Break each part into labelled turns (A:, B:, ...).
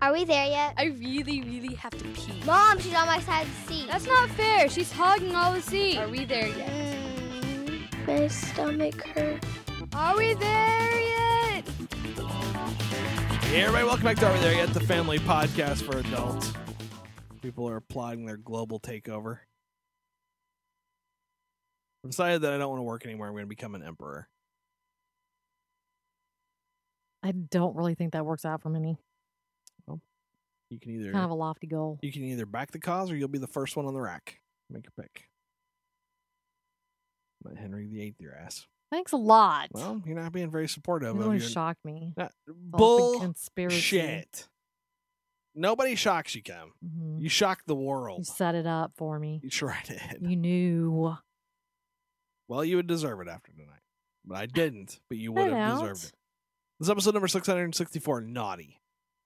A: Are we there yet?
B: I really, really have to pee.
A: Mom, she's on my side of the seat.
B: That's not fair. She's hogging all the seat. Are we there yet?
A: Mm, my stomach hurts.
B: Are we there yet?
C: Hey, everybody, welcome back to Are We There Yet? The family podcast for adults. People are applauding their global takeover. I've decided that I don't want to work anymore. I'm going to become an emperor.
D: I don't really think that works out for many.
C: You can either
D: Kind of a lofty goal.
C: you can either back the cause or you'll be the first one on the rack. Make a pick. But Henry VIII, your ass.
D: Thanks a lot.
C: Well, you're not being very supportive
D: you
C: of
D: really
C: your
D: shocked me.
C: Not-
D: All the
C: bull
D: conspiracy.
C: shit. Nobody shocks you, Kim.
D: Mhm.
C: You shocked the
D: You
C: world.
D: set it up for me.
C: You sure did.
D: You knew.
C: Well, you would deserve it after tonight, but I didn't. But you would
D: Cut
C: have
D: out.
C: deserved it. This is episode number six hundred and sixty-four. Naughty.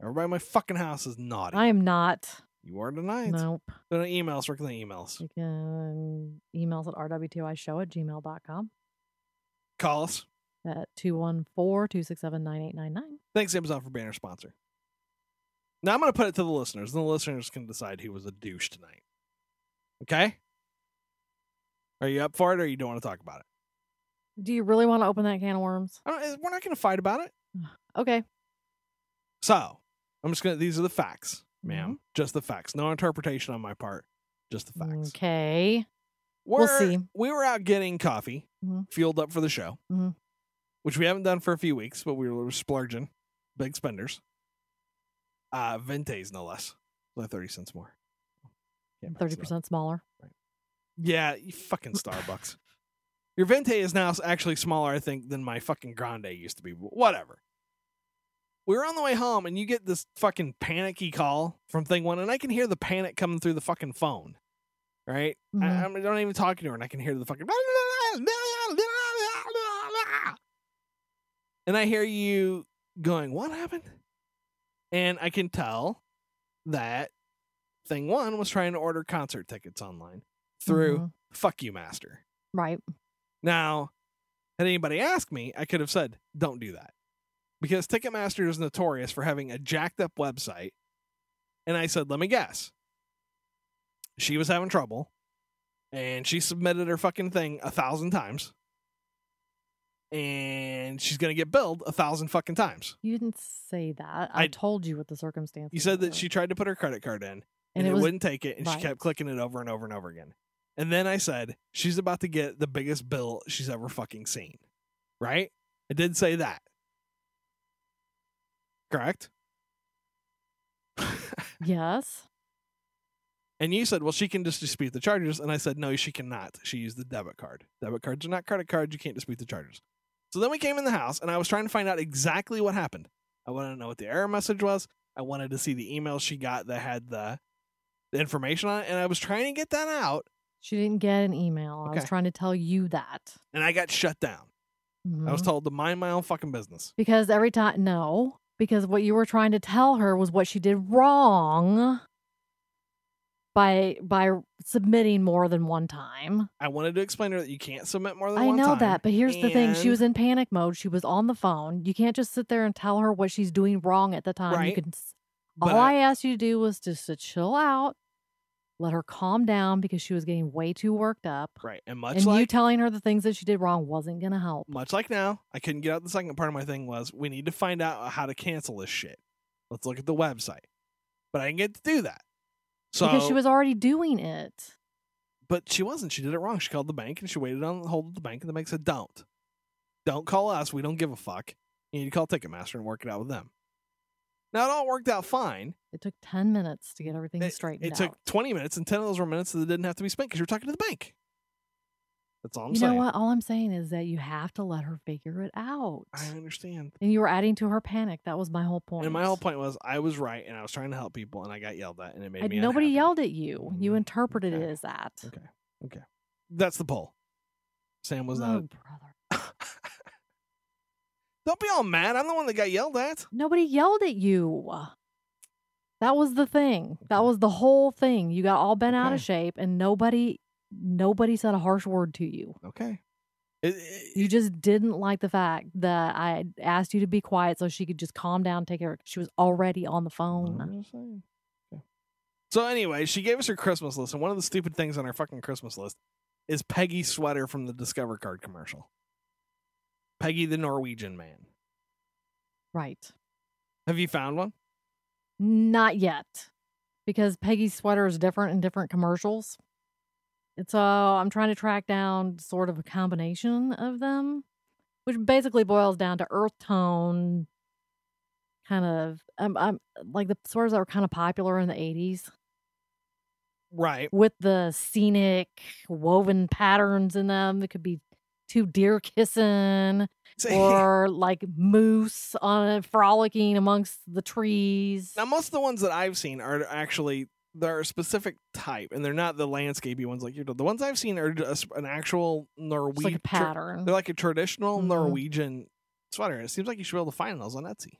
C: Everybody in my fucking house is naughty.
D: I am not.
C: you are tonight.
D: Nope.
C: There are no emails. Working the emails.
D: You can emails at rw2ishow at gmail.com
C: Call us.
D: at 214-267-9899.
C: Thanks, Amazon, for being our sponsor. Now I'm going to put it to the listeners, and the listeners can decide who was a douche tonight. Okay? Are you up for it, or you don't want to talk about it?
D: Do you really want to open that can of worms?
C: I don't, we're not going to fight about it.
D: Okay.
C: So I'm just going to. These are the facts, madam Just the facts. No interpretation on my part. Just the facts.
D: Mm, Okay.
C: We're,
D: see.
C: We were out getting coffee,
D: Mhm.
C: fueled up for the show,
D: Mhm.
C: which we haven't done for a few weeks, but we were splurging, big spenders. Uh, Vente's no less, like thirty cents more. Can't pass it up.
D: 30% smaller.
C: Yeah, you fucking Starbucks. Your Vente is now actually smaller, I think, than my fucking Grande used to be. But whatever. We were on the way home, and you get this fucking panicky call from Thing One, and I can hear the panic coming through the fucking phone. Right? I,
D: Mhm.
C: I'm not even talking to her, and I can hear the fucking. And I hear you going, What happened? And I can tell that Thing One was trying to order concert tickets online through
D: Mhm.
C: fuck you, master.
D: Right.
C: Now, had anybody asked me, I could have said, don't do that. Because Ticketmaster is notorious for having a jacked up website. And I said, let me guess. She was having trouble and she submitted her fucking thing a thousand times. And she's going to get billed a thousand fucking times.
D: You didn't say that. I,
C: I-
D: told you what the circumstances
C: You said that
D: were.
C: she tried to put her credit card in and,
D: and,
C: it,
D: was
C: wouldn't take it, and
D: right.
C: she kept clicking it over and over and over again. And then I said, "She's about to get the biggest bill she's ever fucking seen." Right? I did say that. Correct.
D: Yes.
C: and you said, "Well, she can just dispute the charges," and I said, "No, she cannot. She used the debit card. Debit cards are not credit cards. You can't dispute the charges." So then we came in the house, and I was trying to find out exactly what happened. I wanted to know what the error message was. I wanted to see the email she got that had the, the information on it, and I was trying to get that out.
D: She didn't get an email. I
C: Okay.
D: was trying to tell you that.
C: and I got shut down. I was
D: Mhm.
C: told to mind my own fucking business.
D: because every time, no, because what you were trying to tell her was what she did wrong by by submitting more than one time.
C: I wanted to explain to her that you can't submit more than
D: I
C: one
D: know
C: time,
D: that, but here's the thing: she
C: and-
D: was in panic mode. She was on the phone. You can't just sit there and tell her what she's doing wrong at the time.
C: Right.
D: You can. s-
C: but
D: All I asked you to do was just to chill out, let her calm down because she was getting way too worked up.
C: right, and much
D: and
C: like
D: you telling her the things that she did wrong wasn't going to help.
C: much like now, I couldn't get out. The second part of my thing was we need to find out how to cancel this shit. Let's look at the website, but I didn't get to do that. So
D: because she was already doing it.
C: but she wasn't. She did it wrong. She called the bank and she waited on hold at the bank, and the bank said, "Don't, don't call us. We don't give a fuck. You need to call Ticketmaster and work it out with them." Now it all worked out fine.
D: It took 10 minutes to get everything
C: it,
D: straightened
C: it took
D: out.
C: 20 minutes, and 10 of those were minutes that didn't have to be spent because you were talking to the bank. That's all I'm
D: you
C: saying.
D: know what? All I'm saying is that you have to let her figure it out.
C: I understand.
D: And you were adding to her panic. That was my whole point.
C: And my whole point was I was right, and I was trying to help people, and I got yelled at, and it made
D: I-
C: me
D: nobody
C: unhappy.
D: yelled at you. You
C: Mm,
D: interpreted
C: okay.
D: it as that.
C: Okay. That's the poll. Sam was
D: oh,
C: not.
D: brother.
C: Don't be all mad. I'm the one that got yelled at.
D: Nobody yelled at you. That was the thing. That
C: Okay.
D: was the whole thing. You got all bent out of
C: Okay.
D: shape and nobody nobody said a harsh word to you.
C: Okay. It- it-
D: You just didn't like the fact that I had asked you to be quiet so she could just calm down, take her. She was already on the phone.
C: I'm just saying. Yeah. So anyway, she gave us her Christmas list, and one of the stupid things on her fucking Christmas list is Peggy sweater from the Discover Card commercial. Peggy the Norwegian man.
D: Right.
C: Have you found one?
D: Not yet, because Peggy's sweater is different in different commercials. And so I'm trying to track down sort of a combination of them, which basically boils down to earth tone, kind of um, um, like the sweaters that were kind of popular in the 80s
C: Right.
D: with the scenic woven patterns in them. It could be two deer kissing or like moose on a frolicking amongst the trees.
C: Now, most of the ones that I've seen are actually they're a specific type, and they're not the landscapey ones like you. The ones I've seen are just an actual
D: It's
C: Norwegian
D: like a pattern.
C: They're like a traditional
D: Mhm.
C: Norwegian sweater. It seems like you should be able to find those on Etsy.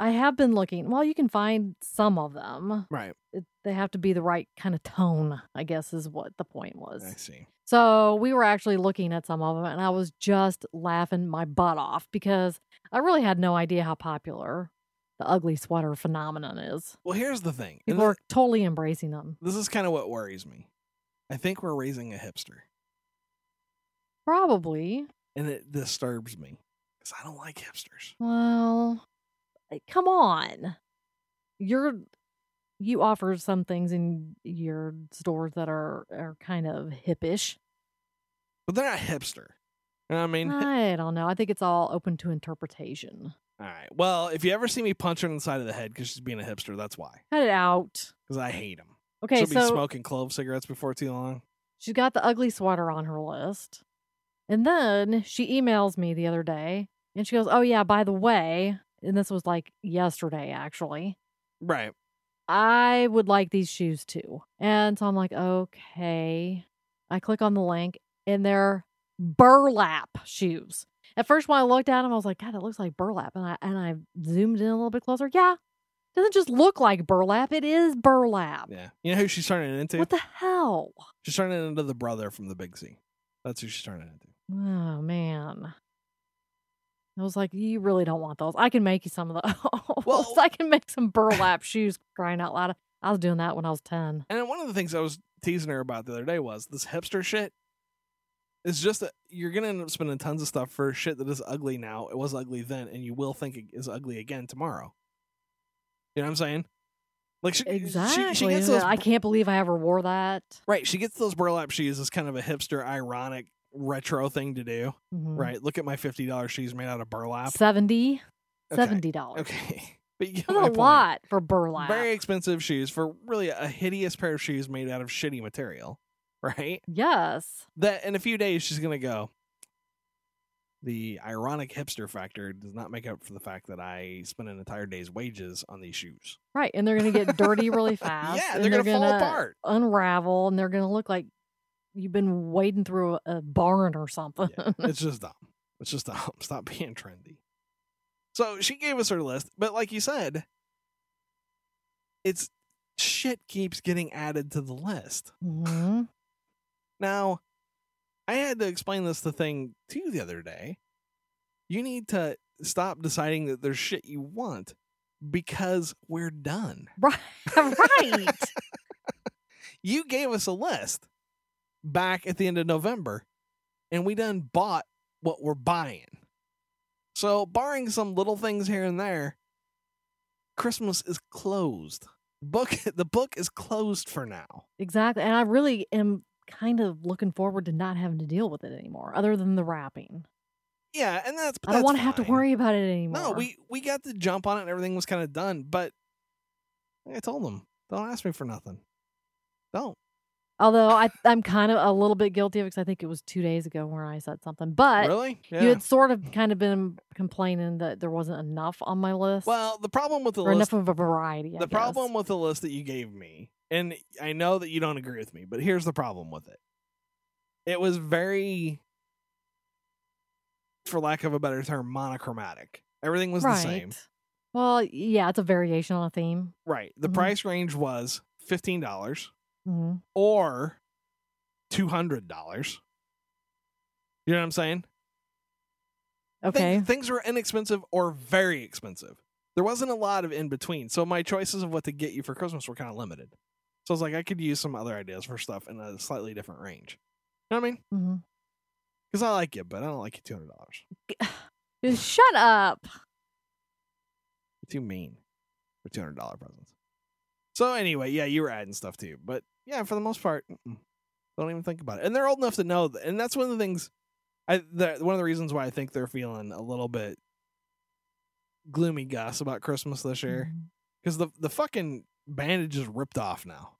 D: I have been looking. Well, you can find some of them.
C: Right.
D: It, they have to be the right kind of tone, I guess, is what the point was.
C: I see.
D: So we were actually looking at some of them, and I was just laughing my butt off because I really had no idea how popular the ugly sweater phenomenon is.
C: Well, here's the thing. and
D: People are totally embracing them.
C: this is kind of what worries me. I think we're raising a hipster,
D: Probably.
C: and it disturbs me because I don't like hipsters.
D: Well, like, come on. You're you offer some things in your stores that are are kind of hippish.
C: But they're not hipster. You know what I mean?
D: I don't know. I think it's all open to interpretation.
C: All right. Well, if you ever see me punch her in the side of the head because she's being a hipster, that's why.
D: Cut it out.
C: Because I hate them.
D: Okay,
C: She'll be
D: so
C: smoking clove cigarettes before too long.
D: she's got the ugly sweater on her list. And then she emails me the other day and she goes, Oh, yeah, by the way, and this was like yesterday actually,
C: Right.
D: I would like these shoes too. And so I'm like, Okay. I click on the link and they're burlap shoes. At first, when I looked at them, I was like, God, it looks like burlap. And I, and I zoomed in a little bit closer. Yeah, doesn't just look like burlap, it is burlap.
C: Yeah. You know who she's turning it into?
D: What the hell?
C: she's turning it into the brother from the Big C. That's who she's turning it into.
D: Oh man. I was like, you really don't want those. I can make you some of those.
C: Well-
D: I can make some burlap shoes crying out loud. I was doing that when I was 10.
C: And then one of the things I was teasing her about the other day was this hipster shit. It's just that you're gonna end up spending tons of stuff for shit that is ugly now. It was ugly then, and you will think it is ugly again tomorrow. You know what I'm saying? Like she,
D: Exactly.
C: she, she gets those
D: I can't believe I ever wore that.
C: right. She gets those burlap shoes as kind of a hipster, ironic, retro thing to do.
D: Mhm.
C: Right. Look at my fifty dollars shoes made out of burlap.
D: 70
C: Okay.
D: $70.
C: Okay, but you get
D: That's
C: my
D: a
C: point.
D: lot for burlap.
C: Very expensive shoes for really a hideous pair of shoes made out of shitty material, right?
D: Yes.
C: that in a few days she's gonna go. The ironic hipster factor does not make up for the fact that I spent an entire day's wages on these shoes.
D: Right. And they're going to get dirty really fast.
C: yeah,
D: and
C: they're, gonna, fall apart.
D: Unravel and they're going to look like you've been wading through a, a barn or something.
C: Yeah, it's just dumb. It's just dumb. Stop being trendy. So she gave us her list, but like you said, it's shit keeps getting added to the list. Mm-hmm.
D: hmm
C: Now, I had to explain this to thing to you the other day. You need to stop deciding that there's shit you want because we're done.
D: Right. right.
C: You gave us a list back at the end of November, and we done bought what we're buying. So, barring some little things here and there, Christmas is closed. Book the book is closed for now.
D: Exactly. And I really am kind of looking forward to not having to deal with it anymore, other than the wrapping.
C: Yeah, and that's
D: I don't want
C: want
D: to have to worry about it anymore.
C: No, we we got the jump on it and everything was kind of done, but I told them, don't ask me for nothing. Don't.
D: Although I, I'm kind of a little bit guilty of it because I think it was two days ago where I said something. But
C: really? Yeah.
D: you had sort of kind of been complaining that there wasn't enough on my list.
C: well, the problem with the
D: or
C: list
D: enough of a variety. I
C: the
D: guess.
C: problem with the list that you gave me, and I know that you don't agree with me, but here's the problem with it. It was very for lack of a better term, monochromatic. Everything was the same.
D: Right. Well, yeah, it's a variation on a theme.
C: Right. The
D: Mhm.
C: price range was fifteen dollars
D: hmm
C: or two hundred dollars. You know what I'm saying? Thi-
D: Okay.
C: things were inexpensive or very expensive. There wasn't a lot of in between. So my choices of what to get you for Christmas were kind of limited. So I was like, I could use some other ideas for stuff in a slightly different range. You know what I mean?
D: hmm
C: Because I like you, but I don't like you two hundred dollars.
D: Just shut up.
C: You're too mean for two hundred dollar presents. So anyway, yeah, you were adding stuff too, but yeah, for the most part, mm-mm. don't even think about it. And they're old enough to know, that, and that's one of the things. I the, one of the reasons why I think they're feeling a little bit gloomy, Gus, about Christmas this year,
D: Mhm.
C: because the the fucking bandage is ripped off now.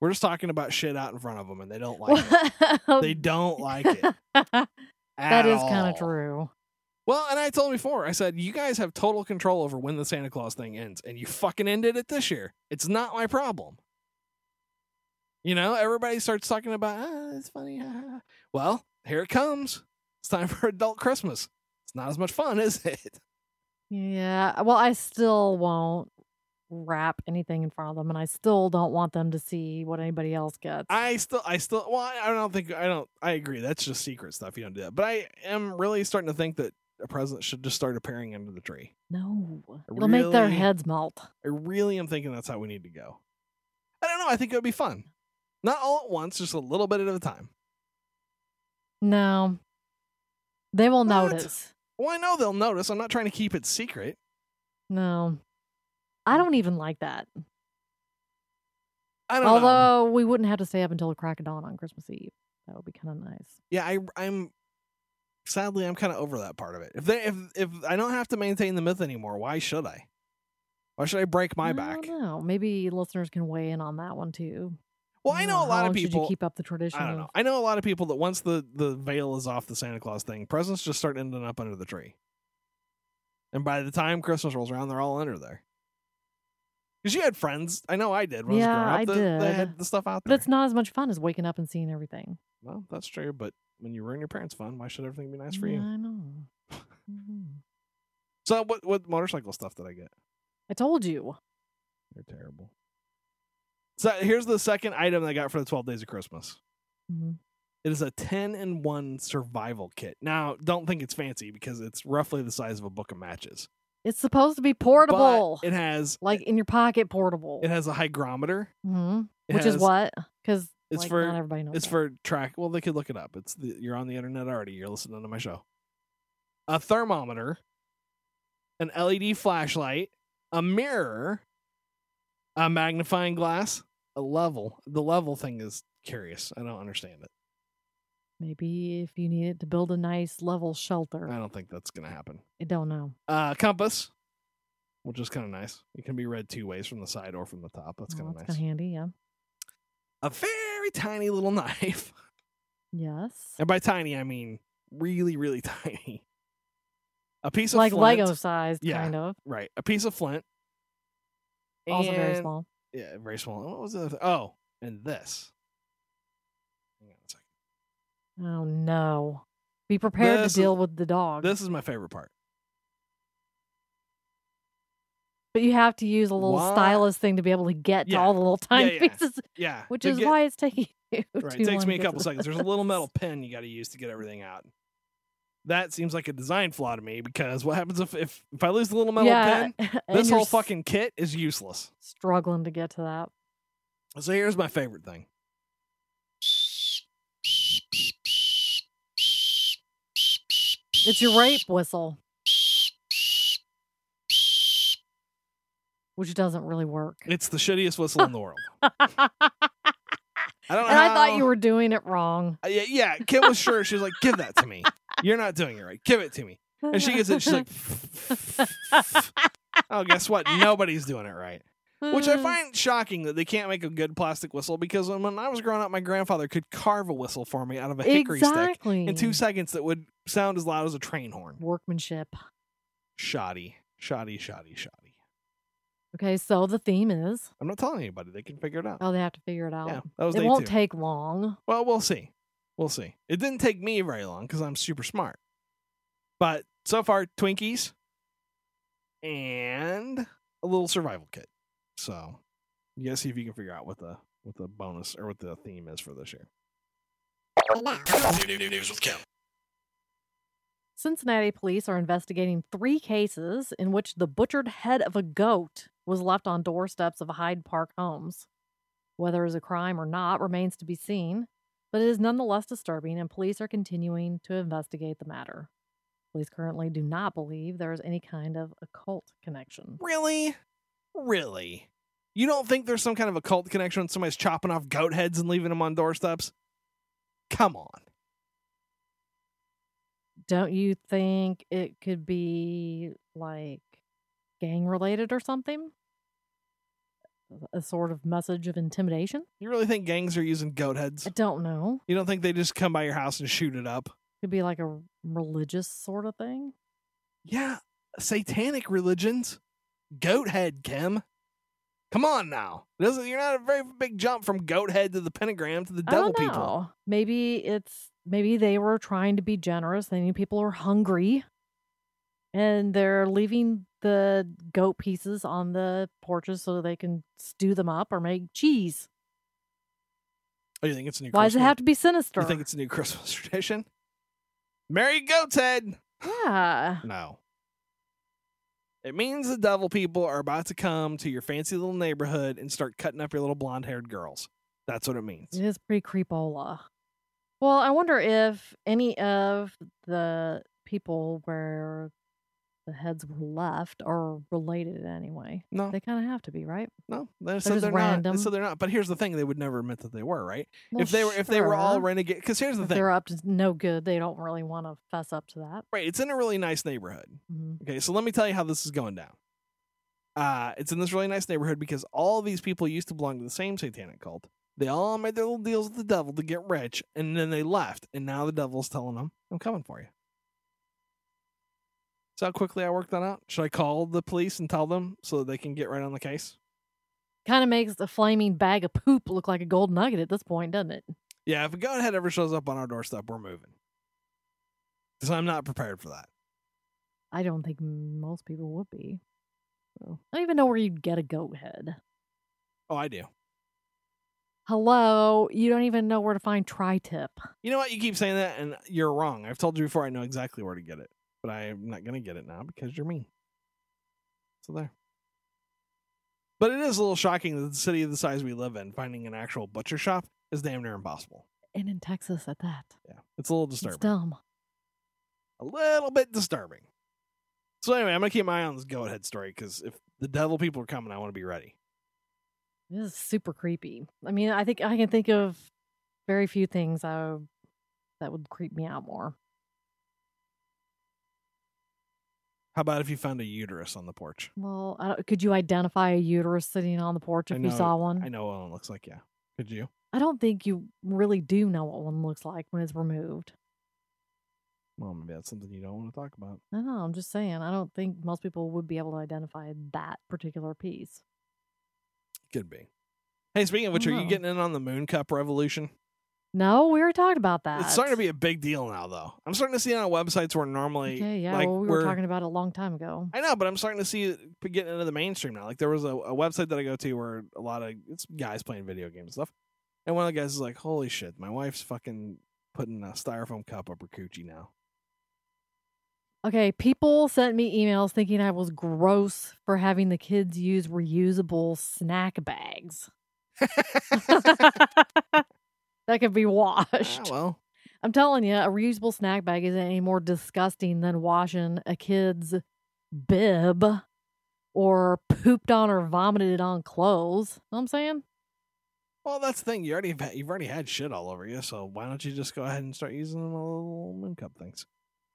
C: We're just talking about shit out in front of them, and they don't like it.
D: Well-
C: They don't like it.
D: that
C: at
D: is kind
C: all.
D: of true.
C: Well, and I told him before, I said, you guys have total control over when the Santa Claus thing ends, and you fucking ended it this year. It's not my problem. You know, everybody starts talking about, ah, it's funny. ha, ha, ha." Well, here it comes. It's time for adult Christmas. It's not as much fun, is it?
D: Yeah. Well, I still won't wrap anything in front of them, and I still don't want them to see what anybody else gets.
C: I still, I still, well, I- I don't think, I don't, I agree. That's just secret stuff. You don't do that. But I am really starting to think that a present should just start appearing under the tree.
D: no. It'll make their
C: really-
D: heads melt.
C: I really am thinking that's how we need to go. I don't know. I think it would be fun. Not all at once, just a little bit at a time.
D: No. They will
C: What?
D: notice.
C: Well, I know they'll notice. I'm not trying to keep it secret.
D: No. I
C: Mm.
D: don't even like that.
C: I don't know.
D: Although we wouldn't have to stay up until the crack of dawn on Christmas Eve. That would be kind of nice.
C: Yeah, I, I'm. Sadly, I'm kind of over that part of it. If they, if, if I don't have to maintain the myth anymore, why should I? Why should I break my back?
D: No, maybe listeners can weigh in on that one too.
C: Well, I
D: You
C: know a
D: how
C: lot of
D: long Should
C: people.
D: you keep up the tradition?
C: I don't know.
D: of-
C: I know a lot of people that once the the veil is off the Santa Claus thing, presents just start ending up under the tree. And by the time Christmas rolls around, they're all under there. Because you had friends, I know I did when
D: Yeah,
C: I
D: I
C: was growing up. that- They
D: did.
C: had the stuff out
D: But
C: there.
D: it's not as much fun as waking up and seeing everything.
C: well, that's true. But when you ruin your parents' fun, why should everything be nice for you?
D: I know. Mhm.
C: So what what motorcycle stuff did I get?
D: I told you.
C: They're terrible. So here's the second item I got for the twelve days of Christmas.
D: Mhm.
C: It is a 10 in 1 survival kit. Now, don't think it's fancy because it's roughly the size of a book of matches.
D: It's supposed to be
C: But
D: portable,
C: it has
D: like in your pocket portable,
C: it has a hygrometer.
D: Mhm.
C: It
D: which
C: has-
D: is what because
C: It's
D: like,
C: for-
D: not everybody knows.
C: It's
D: that.
C: for track. Well, they could look it up. It's the, you're on the internet already. You're listening to my show. A thermometer, an LED flashlight, a mirror, a magnifying glass, a level. The level thing is curious. I don't understand it.
D: maybe if you need it to build a nice level shelter.
C: I
D: I
C: don't think that's gonna happen.
D: don't know.
C: uh, compass, which is kind of nice. It can be read two ways from the side or from the top. That's kind
D: Well,
C: of
D: Oh, that's
C: nice.
D: kinda handy. Yeah.
C: A very tiny little knife,
D: Yes.
C: and by tiny I mean really, really tiny. A piece of
D: like
C: flint,
D: Lego sized,
C: Yeah.
D: kind of.
C: right? A piece of flint,
D: Also very
C: and-
D: small.
C: Yeah, very small. What was the other? Oh, and this. Hang on a second.
D: Oh no. Be prepared
C: This is-
D: to deal with the dog.
C: This is my favorite part.
D: but you have to use a little
C: Why-
D: stylus thing to be able to get
C: Yeah.
D: to all the little tiny
C: yeah.
D: pieces,
C: Yeah,
D: which
C: to
D: is
C: get-
D: why it's taking you.
C: Right.
D: too
C: It takes
D: long
C: me a
D: to get to
C: couple
D: the-
C: seconds. There's a little metal pin you got to use to get everything out. That seems like a design flaw to me because what happens if if, if I lose the little metal
D: yeah,
C: pin?
D: and
C: This
D: you're
C: whole
D: s-
C: fucking kit is useless.
D: struggling to get to that.
C: So here's my favorite thing.
D: It's your rape whistle, which doesn't really work.
C: It's the shittiest whistle in the world.
D: and
C: I don't know.
D: I thought
C: how-
D: you were doing it wrong.
C: Uh, Yeah, yeah. Kim was sure. She was like, "Give that to me. You're not doing it right. Give it to me." And she gets it. She's like, "Oh, guess what? Nobody's doing it right." Which
D: Mm.
C: I find shocking that they can't make a good plastic whistle because when I was growing up, my grandfather could carve a whistle for me out of a hickory stick
D: exactly
C: in two seconds that would sound as loud as a train horn.
D: workmanship.
C: Shoddy, shoddy, shoddy, shoddy.
D: Okay, so the theme is
C: I'm not telling anybody. They can figure it out.
D: oh, they have to figure it out.
C: yeah, that was
D: it
C: day
D: won't
C: two.
D: take long.
C: well, we'll see. We'll see. It didn't take me very long because I'm super smart. But so far, Twinkies and a little survival kit. So you gotta see if you can figure out what the what the bonus or what the theme is for this year.
D: Cincinnati police are investigating three cases in which the butchered head of a goat was left on doorsteps of Hyde Park homes. Whether it is a crime or not remains to be seen, but it is nonetheless disturbing, and police are continuing to investigate the matter. Police currently do not believe there is any kind of occult connection.
C: Really? Really? You don't think there's some kind of occult connection when somebody's chopping off goat heads and leaving them on doorsteps? Come on.
D: Don't you think it could be like gang related or something? A sort of message of intimidation?
C: You really think gangs are using goat heads?
D: I don't know.
C: You don't think they just come by your house and shoot it up?
D: Could be like a religious sort of thing.
C: Yeah, satanic religions. Goat head, Kim. Come on now. It doesn't- you're not a very big jump from goat head to the pentagram to the
D: I
C: devil
D: don't
C: people.
D: know. Maybe it's maybe they were trying to be generous. They knew people are hungry, and they're leaving the goat pieces on the porches so they can stew them up or make cheese.
C: Oh, you think it's a new
D: Why does
C: Christmas?
D: it have to be sinister?
C: You think it's a new Christmas tradition? Merry goat's head.
D: yeah.
C: No. It means the devil people are about to come to your fancy little neighborhood and start cutting up your little blonde haired girls. That's what it means.
D: It is pretty creepola. Well, I wonder if any of the people where the heads were left are related in any way.
C: No,
D: They kind of have to be, right?
C: no. They said
D: just
C: they're not.
D: random.
C: They said they're not. But here's the thing: they would never admit that they were, right?
D: Well,
C: if they were, if they were all
D: sure.
C: renegade. Because here's the
D: If
C: thing,
D: they're up to no good, they don't really want to fess up to that.
C: right? It's in a really nice neighborhood.
D: Mhm.
C: Okay, so let me tell you how this is going down. Uh, it's in this really nice neighborhood because all these people used to belong to the same satanic cult. They all made their little deals with the devil to get rich, and then they left. And now the devil's telling them, "I'm coming for you." So how quickly I worked that out? Should I call the police and tell them so that they can get right on the case?
D: Kind of makes the flaming bag of poop look like a gold nugget at this point, doesn't it?
C: Yeah, if a goat head ever shows up on our doorstep, we're moving. Because I'm not prepared for that.
D: I don't think most people would be. I don't even know where you'd get a goat head.
C: Oh, I do.
D: Hello, you don't even know where to find tri-tip.
C: You know what? You keep saying that, and you're wrong. I've told you before. I know exactly where to get it, but I'm not going to get it now because you're mean. So there. But it is a little shocking that the city of the size we live in, finding an actual butcher shop is damn near impossible.
D: And in Texas at that.
C: Yeah, it's a little
D: It's
C: disturbing.
D: dumb.
C: a little bit disturbing. So anyway, I'm gonna keep my eye on this goat head story because if the devil people are coming, I want to be ready.
D: This is super creepy. I mean, I think I can think of very few things I, that would creep me out more.
C: How about if you found a uterus on the porch?
D: Well, I don't, could you identify a uterus sitting on the porch
C: I
D: if you
C: know-
D: saw one?
C: I know what one looks like. Yeah, could you?
D: I don't think you really do know what one looks like when it's removed.
C: Well, maybe that's something you don't want to talk about.
D: No, no, I'm just saying. I don't think most people would be able to identify that particular piece.
C: Could be. Hey, speaking of which, are you
D: Oh.
C: getting in on the Moon Cup revolution?
D: No, we already talked about that.
C: It's starting to be a big deal now, though. I'm starting to see it on websites where normally,
D: okay. Yeah,
C: like
D: well, we
C: we're,
D: were talking about it a long time ago.
C: I know, but I'm starting to see it p- getting into the mainstream now. Like there was a, a website that I go to where a lot of it's guys playing video games and stuff, and one of the guys is like, "Holy shit, my wife's fucking putting a styrofoam cup up her coochie now."
D: Okay, people sent me emails thinking I was gross for having the kids use reusable snack bags. that could be washed.
C: Ah, well,
D: I'm telling you, a reusable snack bag isn't any more disgusting than washing a kid's bib or pooped on or vomited on clothes. Know what I'm saying?
C: well, that's the thing. You already have, you've already had shit all over you, so why don't you just go ahead and start using the little Moon Cup things?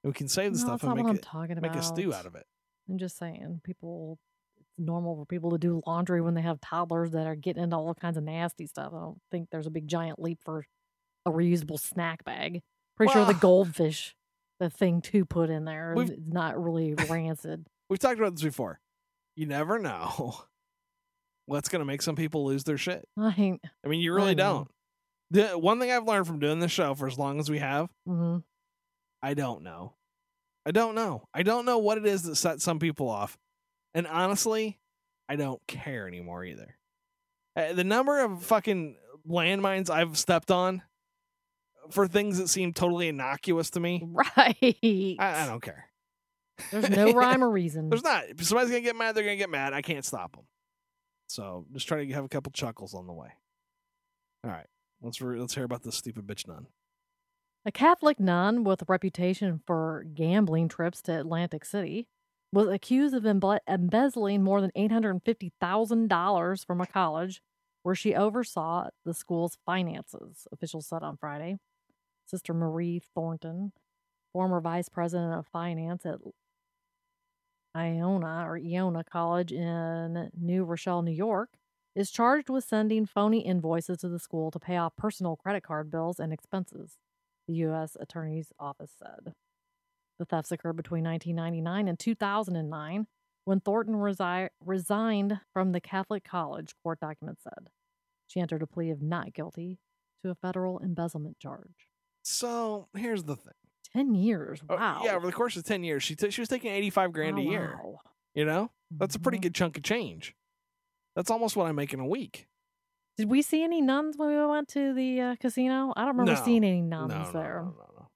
C: And we can save the
D: No,
C: stuff
D: that's not
C: and
D: what I'm
C: make it
D: talking
C: make
D: about.
C: a stew out of it.
D: I'm just saying, people. It's normal for people to do laundry when they have toddlers that are getting into all kinds of nasty stuff. I don't think there's a big giant leap for a reusable snack bag. Pretty sure
C: Well-
D: the goldfish, the thing to put in there,
C: We've-
D: is not really rancid.
C: We've talked about this before. You never know what's going to make some people lose their shit.
D: I ain't.
C: I mean, you really
D: I know.
C: don't. The one thing I've learned from doing this show for as long as we have,
D: mhm.
C: I don't know. I don't know. I don't know what it is that sets some people off. And honestly, I don't care anymore either. Uh, The number of fucking landmines I've stepped on for things that seem totally innocuous to me.
D: Right.
C: I, I don't care.
D: There's no rhyme or reason.
C: There's not. If somebody's gonna get mad. They're gonna get mad. I can't stop them. So just try to have a couple chuckles on the way. All right, let's re- let's hear about this stupid bitch nun.
D: A Catholic nun with a reputation for gambling trips to Atlantic City was accused of embe- embezzling more than $850,000 from a college where she oversaw the school's finances, officials said on Friday. Sister Marie Thornton, former vice president of finance at Iona or Iona College in New Rochelle, New York, is charged with sending phony invoices to the school to pay off personal credit card bills and expenses the U.S. Attorney's Office said. The thefts occurred between 1999 and 2009 when Thornton resi- resigned from the Catholic College, court documents said. She entered a plea of not guilty to a federal embezzlement charge.
C: So here's the thing.
D: 10 years.
C: Oh,
D: Wow.
C: Yeah, over the course of ten years, she took she was taking eighty five grand
D: Wow,
C: a year.
D: wow.
C: You know, that's a pretty
D: Mhm.
C: good chunk of change. That's almost what I make in a week.
D: Did we see any nuns when we went to the uh, casino? I don't remember
C: No.
D: seeing any
C: No,
D: nuns
C: no, no,
D: there.
C: no, no.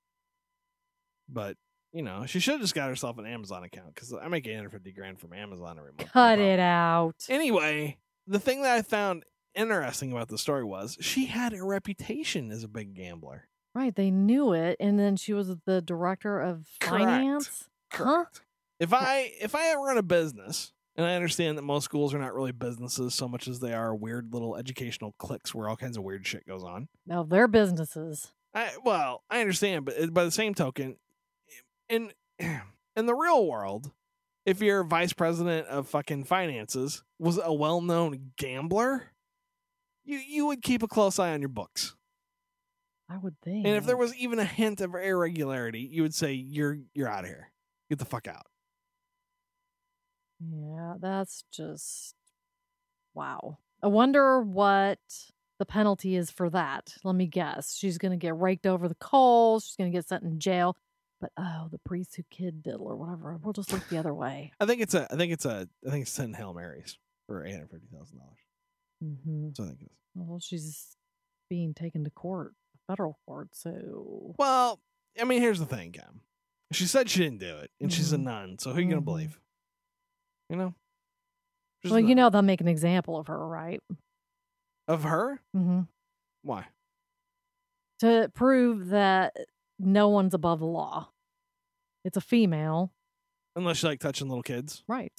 C: But you know, she should have just got herself an Amazon account because I make eight hundred fifty grand from Amazon every month. no
D: Cut
C: problem.
D: it out.
C: Anyway, the thing that I found interesting about the story was she had a reputation as a big gambler.
D: Right. They knew it. And then she was the director of
C: Correct.
D: finance. Huh?
C: If I if I run a business, and I understand that most schools are not really businesses so much as they are weird little educational cliques where all kinds of weird shit goes on.
D: Now, their businesses.
C: I well, I understand, but by the same token, in in the real world, if your vice president of fucking finances was a well-known gambler, you you would keep a close eye on your books.
D: I would think.
C: And if there was even a hint of irregularity, you would say you're you're out of here. Get the fuck out.
D: Yeah, that's just. Wow. I wonder what the penalty is for that. Let me guess. She's going to get raked over the coals. She's going to get sent in jail. But oh, the priest who kid diddle or whatever. We'll just look the other way.
C: I think it's a I think it's a I think it's ten Hail Marys for eight hundred fifty thousand dollars.
D: hmm
C: That's what I think it is.
D: Well, she's being taken to court, federal court. So.
C: Well, I mean, here's the thing, Cam. She said she didn't do it, and she's a
D: Mhm.
C: nun. So who you gonna
D: Mhm.
C: believe? You know. She's a
D: Mm-hmm. Well,
C: nun.
D: you know they'll make an example of her, right?
C: of her.
D: hmm
C: Why?
D: To prove that no one's above the law. It's a female,
C: Unless you like touching little kids.
D: right?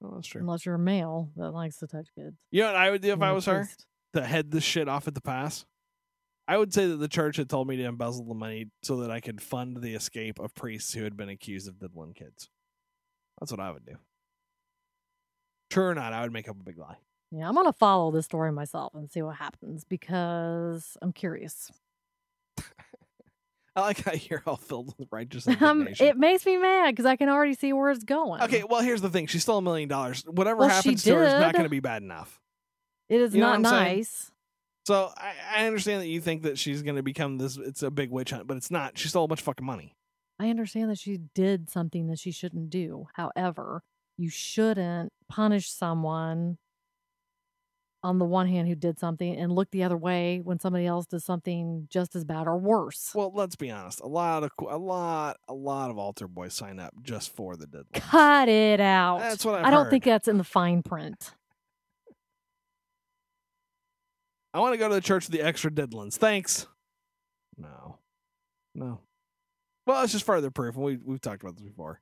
C: Well, that's true.
D: Unless you're a male that likes to touch kids.
C: You know what I would do if
D: You're
C: I
D: a
C: was her
D: priest.
C: to head this shit off at the pass. I would say that the church had told me to embezzle the money so that I could fund the escape of priests who had been accused of diddling kids. That's what I would do. True or not, I would make up a big lie.
D: Yeah, I'm gonna follow this story myself and see what happens because I'm curious.
C: I like how you're all filled with righteous
D: Um,
C: indignation.
D: it makes me mad because I can already see where it's going.
C: Okay, well, here's the thing. She stole a million dollars. Whatever
D: Well, she
C: happens to her is not
D: did.
C: going to be bad enough.
D: it is
C: you know
D: not
C: what I'm saying?
D: nice.
C: So I, I understand that you think that she's going to become this. It's a big witch hunt, but it's not. She stole a bunch of fucking money.
D: I understand that she did something that she shouldn't do. However, you shouldn't punish someone on the one hand who did something and look the other way when somebody else does something just as bad or worse.
C: Well, let's be honest. A lot of a lot a lot of altar boys sign up just for the deadline.
D: Cut it out.
C: That's what I've
D: I do not
C: heard.
D: think that's in the fine print.
C: I want to go to the church with the extra deadlines. Thanks. No, no. Well, it's just further proof, and we we've talked about this before.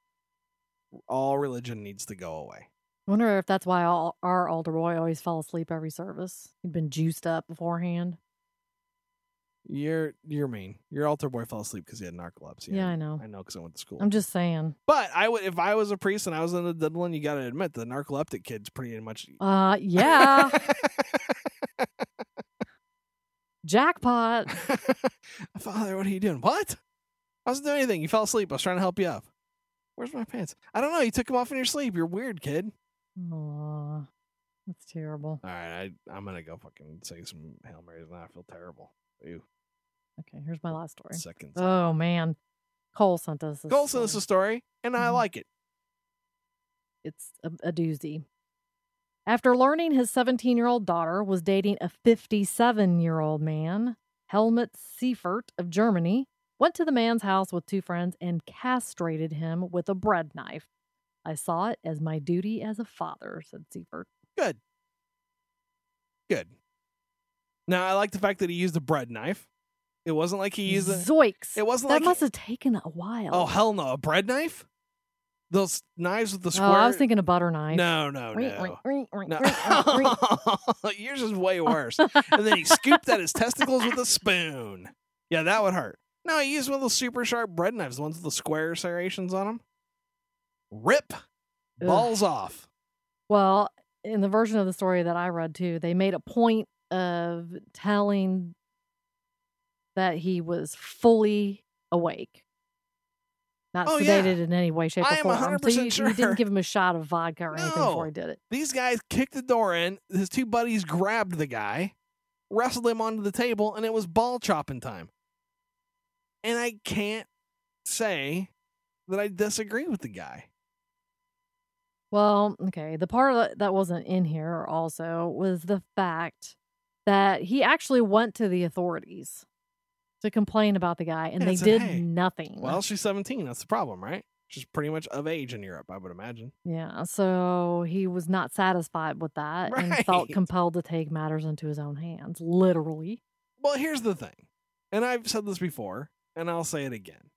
C: All religion needs to go away.
D: Wonder if that's why all, our altar boy always fell asleep every service. He'd been juiced up beforehand.
C: You're you're mean. Your altar boy fell asleep because he had narcolepsy.
D: Yeah, I know.
C: I know because I went to school.
D: I'm just saying.
C: But I would, if I was a priest and I was in the Dublin, you got to admit the narcoleptic kid's pretty much.
D: Uh, yeah, jackpot.
C: Father, what are you doing? What? I wasn't doing anything. You fell asleep. I was trying to help you up. Where's my pants? I don't know. You took them off in your sleep. You're weird, kid.
D: Aw, that's terrible.
C: All right, I, I'm gonna go fucking say some hail marys now. I feel terrible. Ew,
D: Okay, here's my last story.
C: seconds.
D: Oh man, Cole sent us. This
C: Golson is
D: story.
C: a story, and I
D: Mhm.
C: like it.
D: It's a, a doozy. After learning his 17 year old daughter was dating a 57 year old man, Helmut Seifert of Germany, went to the man's house with two friends and castrated him with a bread knife. I saw it as my duty as a father, said Seifert.
C: Good. Good. Now I like the fact that he used a bread knife. It wasn't like he used a.
D: Zoiks.
C: It wasn't
D: that
C: like
D: must have taken a while.
C: oh hell no a bread knife. Those knives with the square.
D: Oh, I was thinking a butter knife.
C: No no
D: Ring,
C: no.
D: ring, ring,
C: no.
D: ring, ring, ring.
C: Yours is way worse. and then he scooped at his testicles with a spoon. Yeah, that would hurt. No, he used one of those super sharp bread knives, the ones with the square serrations on them. Rip,
D: Ugh.
C: balls off.
D: Well, in the version of the story that I read too, they made a point of telling that he was fully awake, not
C: Oh, yeah.
D: sedated in any way, shape,
C: I
D: or
C: am
D: form. so
C: 100%
D: you, you
C: sure.
D: didn't give him a shot of vodka or anything
C: No.
D: before he did it.
C: These guys kicked the door in. His two buddies grabbed the guy, wrestled him onto the table, and it was ball chopping time. And I can't say that I disagree with the guy.
D: Well, okay. The part that- that wasn't in here also was the fact that he actually went to the authorities to complain about the guy, and
C: Yeah,
D: they
C: and said,
D: did
C: "Hey."
D: nothing.
C: Well, she's 17. That's the problem, right? She's pretty much of age in Europe, I would imagine.
D: Yeah, so he was not satisfied with that and felt
C: Right.
D: compelled to take matters into his own hands, literally.
C: Well, here's the thing, and I've said this before, and I'll say it again.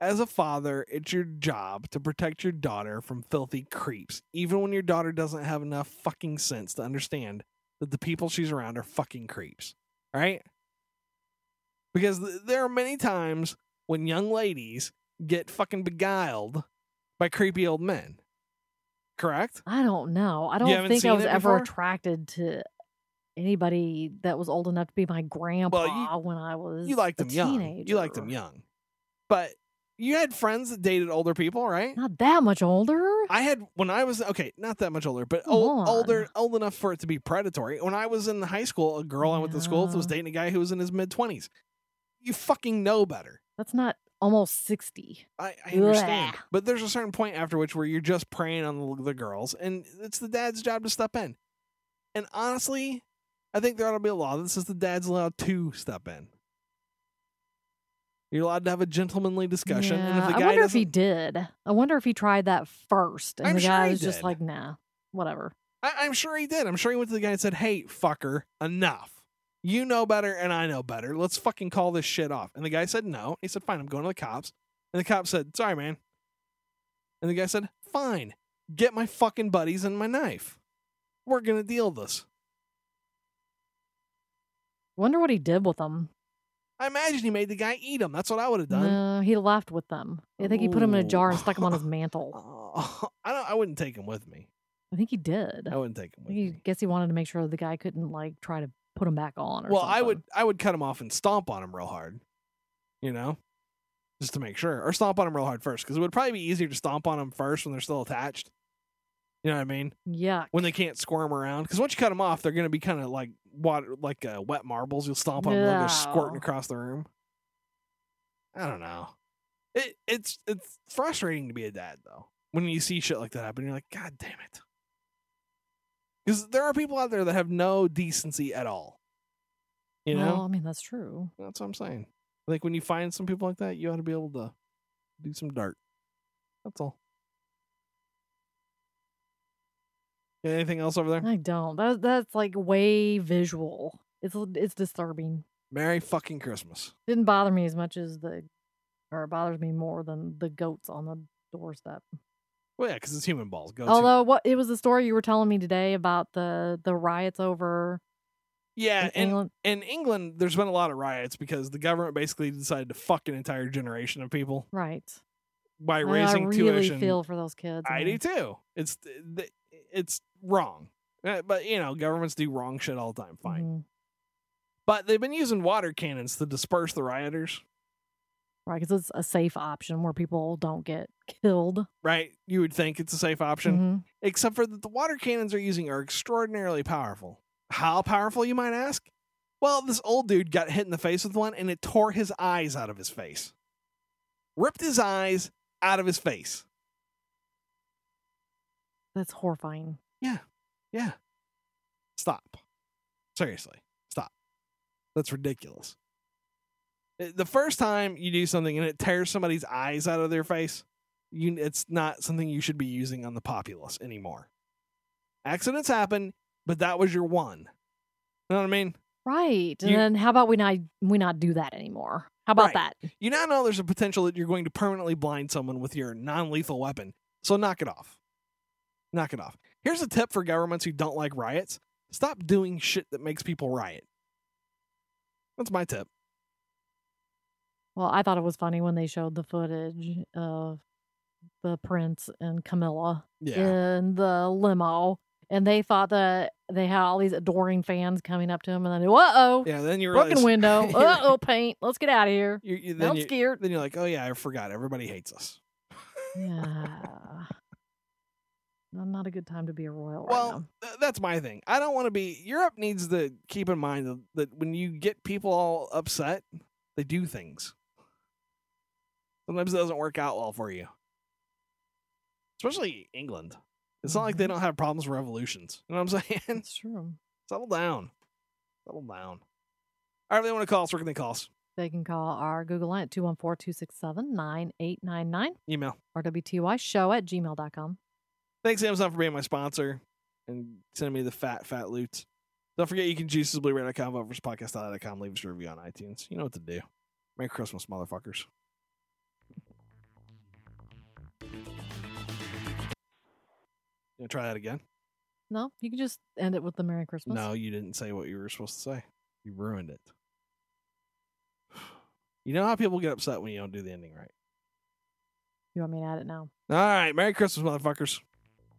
C: As a father, it's your job to protect your daughter from filthy creeps, even when your daughter doesn't have enough fucking sense to understand that the people she's around are fucking creeps, right? Because th- there are many times when young ladies get fucking beguiled by creepy old men, correct?
D: I don't know. I
C: You
D: don't
C: haven't
D: think I
C: seen
D: was
C: it
D: ever
C: before?
D: attracted to anybody that was old enough to be my grandpa when I was
C: You liked
D: a
C: them young. You liked them
D: teenager.
C: young. But you had friends that dated older people, right?
D: Not that much older.
C: I had when I was okay, not that much older, but
D: Come
C: old,
D: on.
C: older, old enough for it to be predatory. When I was in high school, a girl I went to school with was
D: Yeah.
C: dating a guy who was in his mid twenties. You fucking know better.
D: That's not almost 60.
C: I, I understand,
D: Blech.
C: but there's a certain point after which where you're just preying on the, the girls, and it's the dad's job to step in. And honestly, I think there ought to be a law that says the dad's allowed to step in. You're allowed to have a gentlemanly discussion, and if
D: Yeah,
C: the
D: I
C: guy
D: wonder if
C: doesn't,
D: he did. I wonder if he tried that first and
C: I'm
D: the
C: sure
D: guy
C: he
D: was just
C: did.
D: like, nah, whatever.
C: I, I'm sure he did. I'm sure he went to the guy and said, "Hey, fucker, enough. You know better, and I know better. Let's fucking call this shit off." And the guy said, "No." He said, "Fine, I'm going to the cops." And the cop said, "Sorry, man." And the guy said, "Fine, get my fucking buddies and my knife. We're gonna deal this."
D: Wonder what he did with them.
C: I imagine he made the guy eat him. That's what I would have done.
D: No, he left with them. I think he put them in a jar and
C: Ooh.
D: stuck them on his mantle.
C: Oh, I don't. I wouldn't take him with me.
D: I think he did.
C: I wouldn't take him
D: I
C: with
D: think he,
C: me.
D: guess he wanted to make sure the guy couldn't like try to put him back on. Or
C: Well, I would.
D: something.
C: I would cut him off and stomp on him real hard. You know, just to make sure, or stomp on him real hard first, because it would probably be easier to stomp on them first when they're still attached. You know what I mean?
D: Yuck.
C: When they can't squirm around, because once you cut them off, they're going to be kind of like water, like uh, wet marbles. You'll stomp on them, and they'll go squirting
D: No.
C: across the room. I don't know. It it's it's frustrating to be a dad though when you see shit like that happen. You're like, God damn it, because there are people out there that have no decency at all. You know,
D: Well, I mean that's true.
C: that's what I'm saying. Like when you find some people like that, you ought to be able to do some dirt. That's all. Got Anything else over there?
D: I don't. That, that's like way visual. It's it's disturbing.
C: Merry fucking Christmas.
D: Didn't bother me as much as the, or it bothers me more than the goats on the doorstep.
C: Well, yeah, because it's human balls. Go.
D: Although what it was the story you were telling me today about the the riots over
C: yeah,
D: in
C: in,
D: England.
C: in England, there's been a lot of riots because the government basically decided to fuck an entire generation of people
D: Right.
C: by
D: I, know,
C: raising
D: I really
C: tuition.
D: feel for those kids.
C: I do
D: mean,
C: too. It's th- it's wrong, Uh, but you know, governments do wrong shit all the time. Fine.
D: mhm.
C: But they've been using water cannons to disperse the rioters,
D: Right, because it's a safe option where people don't get killed.
C: right? You would think it's a safe option,
D: Mhm.
C: except for that the water cannons are using are extraordinarily powerful. How powerful, you might ask? Well, this old dude got hit in the face with one and it tore his eyes out of his face. Ripped his eyes out of his face.
D: That's horrifying.
C: Stop. Seriously, stop. That's ridiculous. Uh, The first time you do something and it tears somebody's eyes out of their face, you it's not something you should be using on the populace anymore. Accidents happen, but that was your one. You know what I mean?
D: Right. And
C: You-
D: then how about we not we not do that anymore? How about
C: Right.
D: that?
C: You now know there's a potential that you're going to permanently blind someone with your non lethal weapon, so knock it off. Knock it off. Here's a tip for governments who don't like riots stop doing shit that makes people riot. That's my tip.
D: Well, I thought it was funny when they showed the footage of the prince and Camilla in the limo, and they thought that they had all these adoring fans coming up to him, and then, uh oh,
C: Yeah, then you realize.
D: broken window,
C: you're-
D: uh oh, paint, let's get out of here.
C: You, you, then,
D: I'm
C: you,
D: scared.
C: then you're like, oh yeah, I forgot. Everybody hates us.
D: yeah, not a good time to be a royal right
C: Well,
D: now.
C: th- that's my thing. I don't want to be. Europe needs to keep in mind that, that when you get people all upset, they do things. Sometimes it doesn't work out well for you. Especially England. It's not like they
D: Mhm.
C: don't have problems with revolutions. You know what I'm saying?
D: It's true.
C: Settle down. Settle down. All right, if they want to call us, where can they call us?
D: They can call our Google line at 214 267 9899
C: Email.
D: or WTY show at gmail.com.
C: Thanks, Amazon, for being my sponsor and sending me the fat, fat loot. Don't forget you can choose com vote versus podcast.com, leave us a review on iTunes. You know what to do. Merry Christmas, motherfuckers. You gonna try that again?
D: No, you can just end it with the Merry Christmas.
C: No, you didn't say what you were supposed to say. You ruined it. You know how people get upset when you don't do the ending right.
D: You want me to add it now?
C: All right, Merry Christmas, motherfuckers.